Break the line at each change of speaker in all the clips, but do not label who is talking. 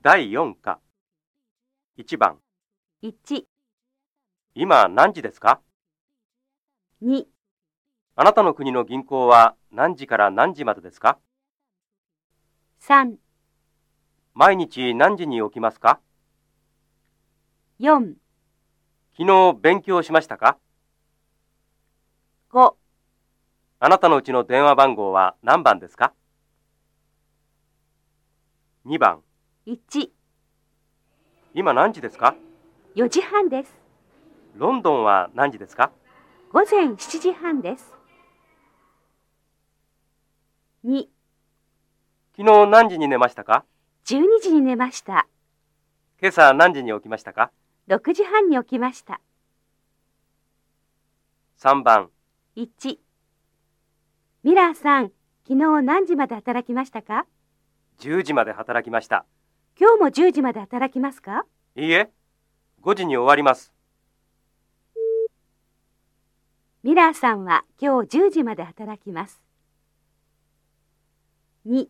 第4課1番
1、
今何時ですか
2、
あなたの国の銀行は何時から何時までですか
3、
毎日何時に起きますか
4、
昨日勉強しましたか
5、
あなたのうちの電話番号は何番ですか2番
1、
今何時ですか
4時半です。
ロンドンは何時ですか
午前7時半です。2、
昨日何時に寝ましたか
12時に寝ました。
今朝何時に起きましたか
6時半に起きました。
3番
1、ミラーさん、昨日何時まで働きましたか
10時まで働きました
今日も10時まで働きますか
いいえ5時に終わります
ミラーさんは今日10時まで働きます。2、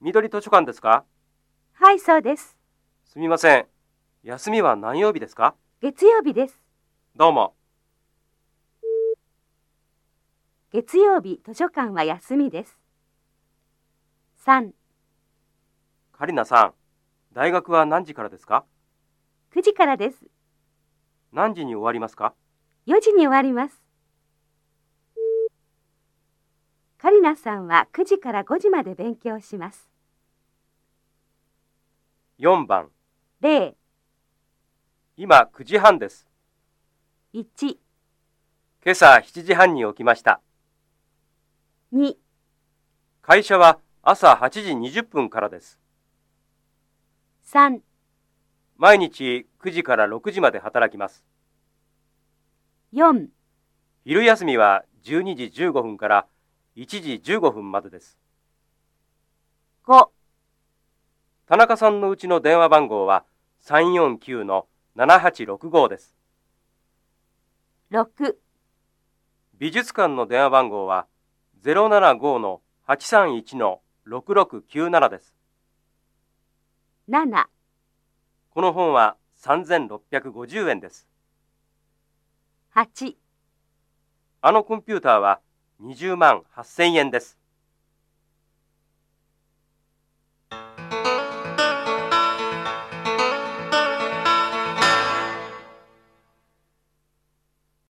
緑図書館ですか
はい、そうです。
すみません。休みは何曜日ですか
月曜日です。
どうも。
月曜日図書館は休みです。3、
カリナさん、大学は何時からですか
9時からです。
何時に終わりますか
4時に終わります。カリナさんは9時から5時まで勉強します。
?4 番、
0、
今9時半です。
1、
今朝7時半に起きました。
2、
会社は朝8時20分からです。
3、
毎日9時から6時まで働きます。
4、
昼休みは12時15分から1時15分までです。
5、
田中さんのうちの電話番号は349の7865です。
6、
美術館の電話番号は075の831の6697です。
7、
この本は3650円です。
8。
あのコンピューターは20万8000円です。